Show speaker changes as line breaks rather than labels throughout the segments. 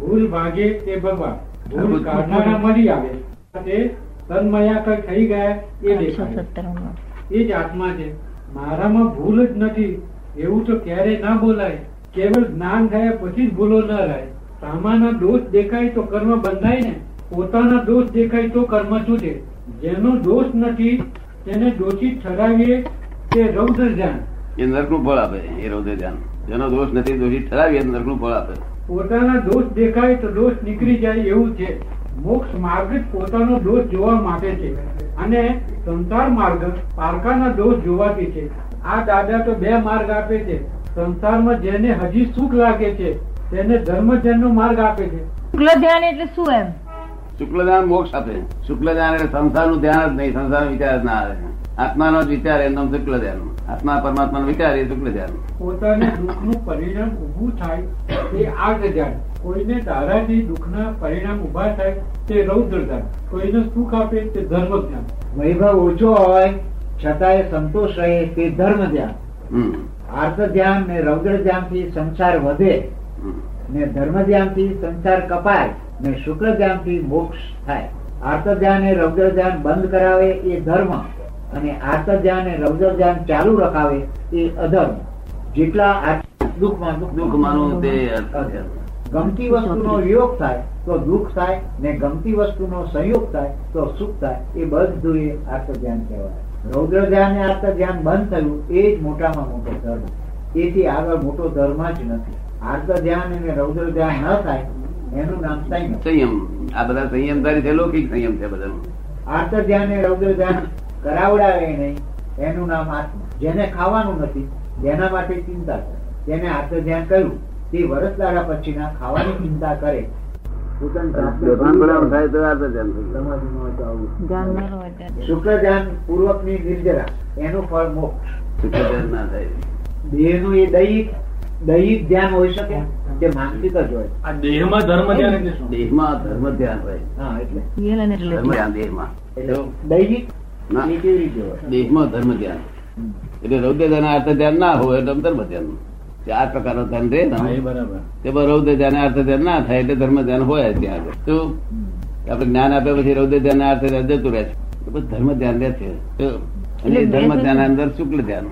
ભૂલ ભાગે તે ભગવાન ભૂલ
બધું-
કાઢનારા મળી આવે તે તન્મયા કઈ થઈ ગયા એ
ત્રણસો
દેખાય
સત્તાણું
એ જ આત્મા છે મારામાં ભૂલ જ નથી એવું તો ક્યારેય ના બોલાય કેવળ જ્ઞાન થયા પછી જ ભૂલો ન રહે સામાના દોષ દેખાય તો કર્મ બંધાય ને પોતાના દોષ દેખાય તો કર્મ છૂટે જેનો દોષ નથી તેને દોષી ઠરાવીએ તે રૌદ્ર જાણ
એ નરકનું ફળ આપે એ રૌદ્ર ધ્યાન જેનો દોષ નથી દોષી ઠરાવી એ નરકનું ફળ આપે
પોતાના દોષ દેખાય તો દોષ નીકળી જાય એવું છે મોક્ષ માર્ગ જ પોતાનો દોષ જોવા માટે છે અને સંસાર માર્ગ પારકાના દોષ જોવાથી છે આ દાદા તો બે માર્ગ આપે છે સંસારમાં જેને હજી સુખ લાગે છે તેને ધર્મજનનો માર્ગ આપે છે
શુક્લ ધ્યાન એટલે શું એમ
શુક્લ ધ્યાન મોક્ષ આપે શુક્લ ધ્યાન એટલે સંસારનું ધ્યાન જ નહીં સંસારનો વિચાર જ ના આવે આત્માનો જ વિચાર એનું નામ શુક્લ ધ્યાન આત્મા પરમાત્માનો વિચાર એ શુક્લ ધ્યાન
પોતાને દુઃખનું પરિણામ ઊભું થાય તે આર્ગ ધ્યાન કોઈને દાદાથી દુઃખના પરિણામ ઊભા થાય તે રૌદ્ર ધ્યાન કોઈને સુખ આપે તે ધર્મ ધ્યાન
વૈભવ ઓછો હોય છતાંય સંતોષ રહે તે ધર્મ ધ્યાન
હમ
આર્થ ધ્યાન ને રૌદ્ર ધ્યાનથી સંસાર વધે
હમ.
ને ધર્મ ધ્યાનથી સંસાર કપાય ને શુક્લ ધ્યાનથી મોક્ષ થાય આર્થ ધ્યાન ને રૌદ્ર ધ્યાન બંધ કરાવે એ ધર્મ અને આર્થ ધ્યાન ને રૌદ્ર ધ્યાન ચાલુ રખાવે એ અધર્મ જેટલા આ દુઃખમાં દુઃખ
દુઃખમાંનું તે અર્થ ધ્યાન.
ગમતી વસ્તુનો વિયોગ થાય તો દુઃખ થાય ને ગમતી વસ્તુનો સંયોગ થાય તો સુખ થાય એ બધું એ આર્થ ધ્યાન કહેવાય રૌદ્ર ધ્યાન ને આર્થ ધ્યાન બંધ થયું એ જ મોટામાં મોટો ધર્મ એથી આગળ મોટો ધર્મ જ નથી આર્થ ધ્યાન અને રૌદ્ર ધ્યાન ન થાય એનું નામ સંયમ
સંયમ આ બધા સંયમધારી છે લૌકિક સંયમ છે બધાનો
આર્થ ધ્યાન ને રૌદ્ર ધ્યાન કરાવડાવે નહીં એનું નામ આત્મા જેને ખાવાનું નથી જેના માટે ચિંતા છે જેને આર્થ ધ્યાન કર્યું તે વરસદારા પછીના ખાવાની ચિંતા કરે પોતાની જાતને
દોષાંત બરાબર થાય તો અર્થ ધ્યાન થઈ ગયું.
સમાધિમાં જાવું.
ધ્યાન ન હોય ત્યારે.
શુક્લ ધ્યાન પૂર્વકની નિર્જરા એનું ફળ મોક્ષ
શુક્લ ધ્યાન ના થાય
દેહનું એ દૈહિક દૈહિક ધ્યાન હોઈ શકે કે માનસિક જ હોય
આ દેહમાં ધર્મ ધ્યાન એટલે શું
દેહમાં ધર્મ ધ્યાન હોય
હા એટલે
યેલ અને રિલેટિવ.
ધર્મ ધ્યાન દેહમાં
એટલે દૈહિક
ના.
એ કેવી રીતે હોય
દેહમાં ધર્મ ધ્યાન
હમ.
એટલે રૌદ્ર ધ્યાન અર્થ ધ્યાન ના હોય એટલે ધર્મ ધ્યાન જે આ પ્રકારનો ધ્યાન રહે
હા,
ને
એ બરાબર
તેમાં રૌદ્ર ધ્યાન અર્થ ધ્યાન ના થાય એટલે ધર્મ ધ્યાન હોય ત્યાં આગળ તો આપણે જ્ઞાન આપ્યા પછી રૌદ્ર ધ્યાન અર્થ ધ્યાન જતું રહે છે તો પછી ધર્મ ધ્યાન રહે છે તો અને એ ધર્મ ધ્યાન અંદર શુક્લ ધ્યાન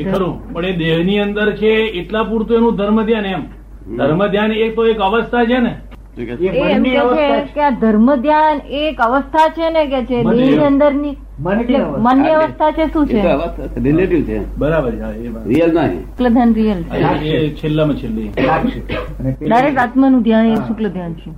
એ ખરું પણ એ દેહની અંદર છે એટલા પૂરતું એનું ધર્મ ધ્યાન એમ
હમ.
ધર્મ ધ્યાન એક તો એક અવસ્થા છે ને
શું કે
એ
છે?
એ એમ
મનની
કે
અવસ્થા
છે
છે.
કે આ ધર્મ ધ્યાન એ એક અવસ્થા છે ને કે છે
મનની
દેહની અંદરની
મનની
એટલે
અવસ્થા.
મનની અવસ્થા છે શું
એ
છે
તો અવસ્થા છે રિલેટિવ છે
બરાબર છે, હા, એ બરાબર.
રિયલ નહીં
શુક્લ ધ્યાન રિયલ છે
આ એ છેલ્લામાં છેલ્લી
સાક્ષી. અને તે-
ડાયરેક્ટ આત્માનું ધ્યાન એ
હા.
શુક્લ ધ્યાન છે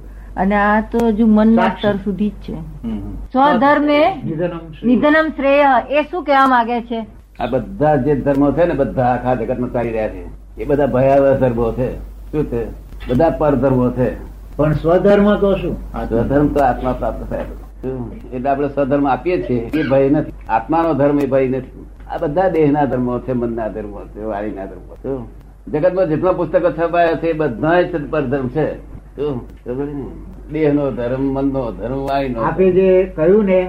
અને આ તો હજુ મનના
સાક્ષી.
સ્તર સુધી જ છે
હમ, હમ.
સ્વધર્મે
નિધનમ શ્રી.
નિધનમ શ્રેય એ શું કહેવા માંગે છે
આ બધા જે ધર્મો છે ને બધા આખા જગતમાં ચાલી રહ્યા છે એ બધા ભયાવહ ધર્મો છે શું છે બધા પરધર્મો છે
પણ સ્વધર્મ તો શું
સ્વધર્મ તો આત્મા પ્રાપ્ત થાય શું? એટલે આપણે સ્વધર્મ આપીએ છીએ એ ભય નથી આત્માનો ધર્મ એ ભય નથી આ બધા દેહના ધર્મો છે મનના ધર્મો છે વાણીના ધર્મો છે શું? જગતમાં જેટલા પુસ્તકો છપાયા છે એ બધા જ પરધર્મ છે શું? ખબર ને? દેહનો ધર્મ મનનો ધર્મ વાણીનો
આપે જે કહ્યું ને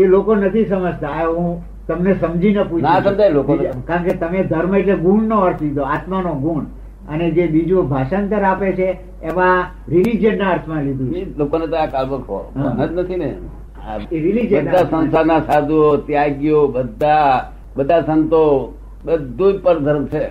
એ લોકો નથી સમજતા આ હું તમને સમજીને પૂછું
ના
છું.
સમજાય લોકોને.
બીજા- કારણ કે તમે ધર્મ એટલે ગુણનો અર્થ લીધો આત્માનો ગુણ અને જે બીજું ભાષાંતર આપે છે એમાં religion ના અર્થમાં લીધું છે.
એ લોકોને તો આ કાળમાં ખો-
હા.
ભાન જ નથી ને આ
એ religion ના
બધા
અર્થમાં લીધું.
સંસારના સાધુઓ ત્યાગીઓ બધા બધા સંતો બધું જ પરધર્મ છે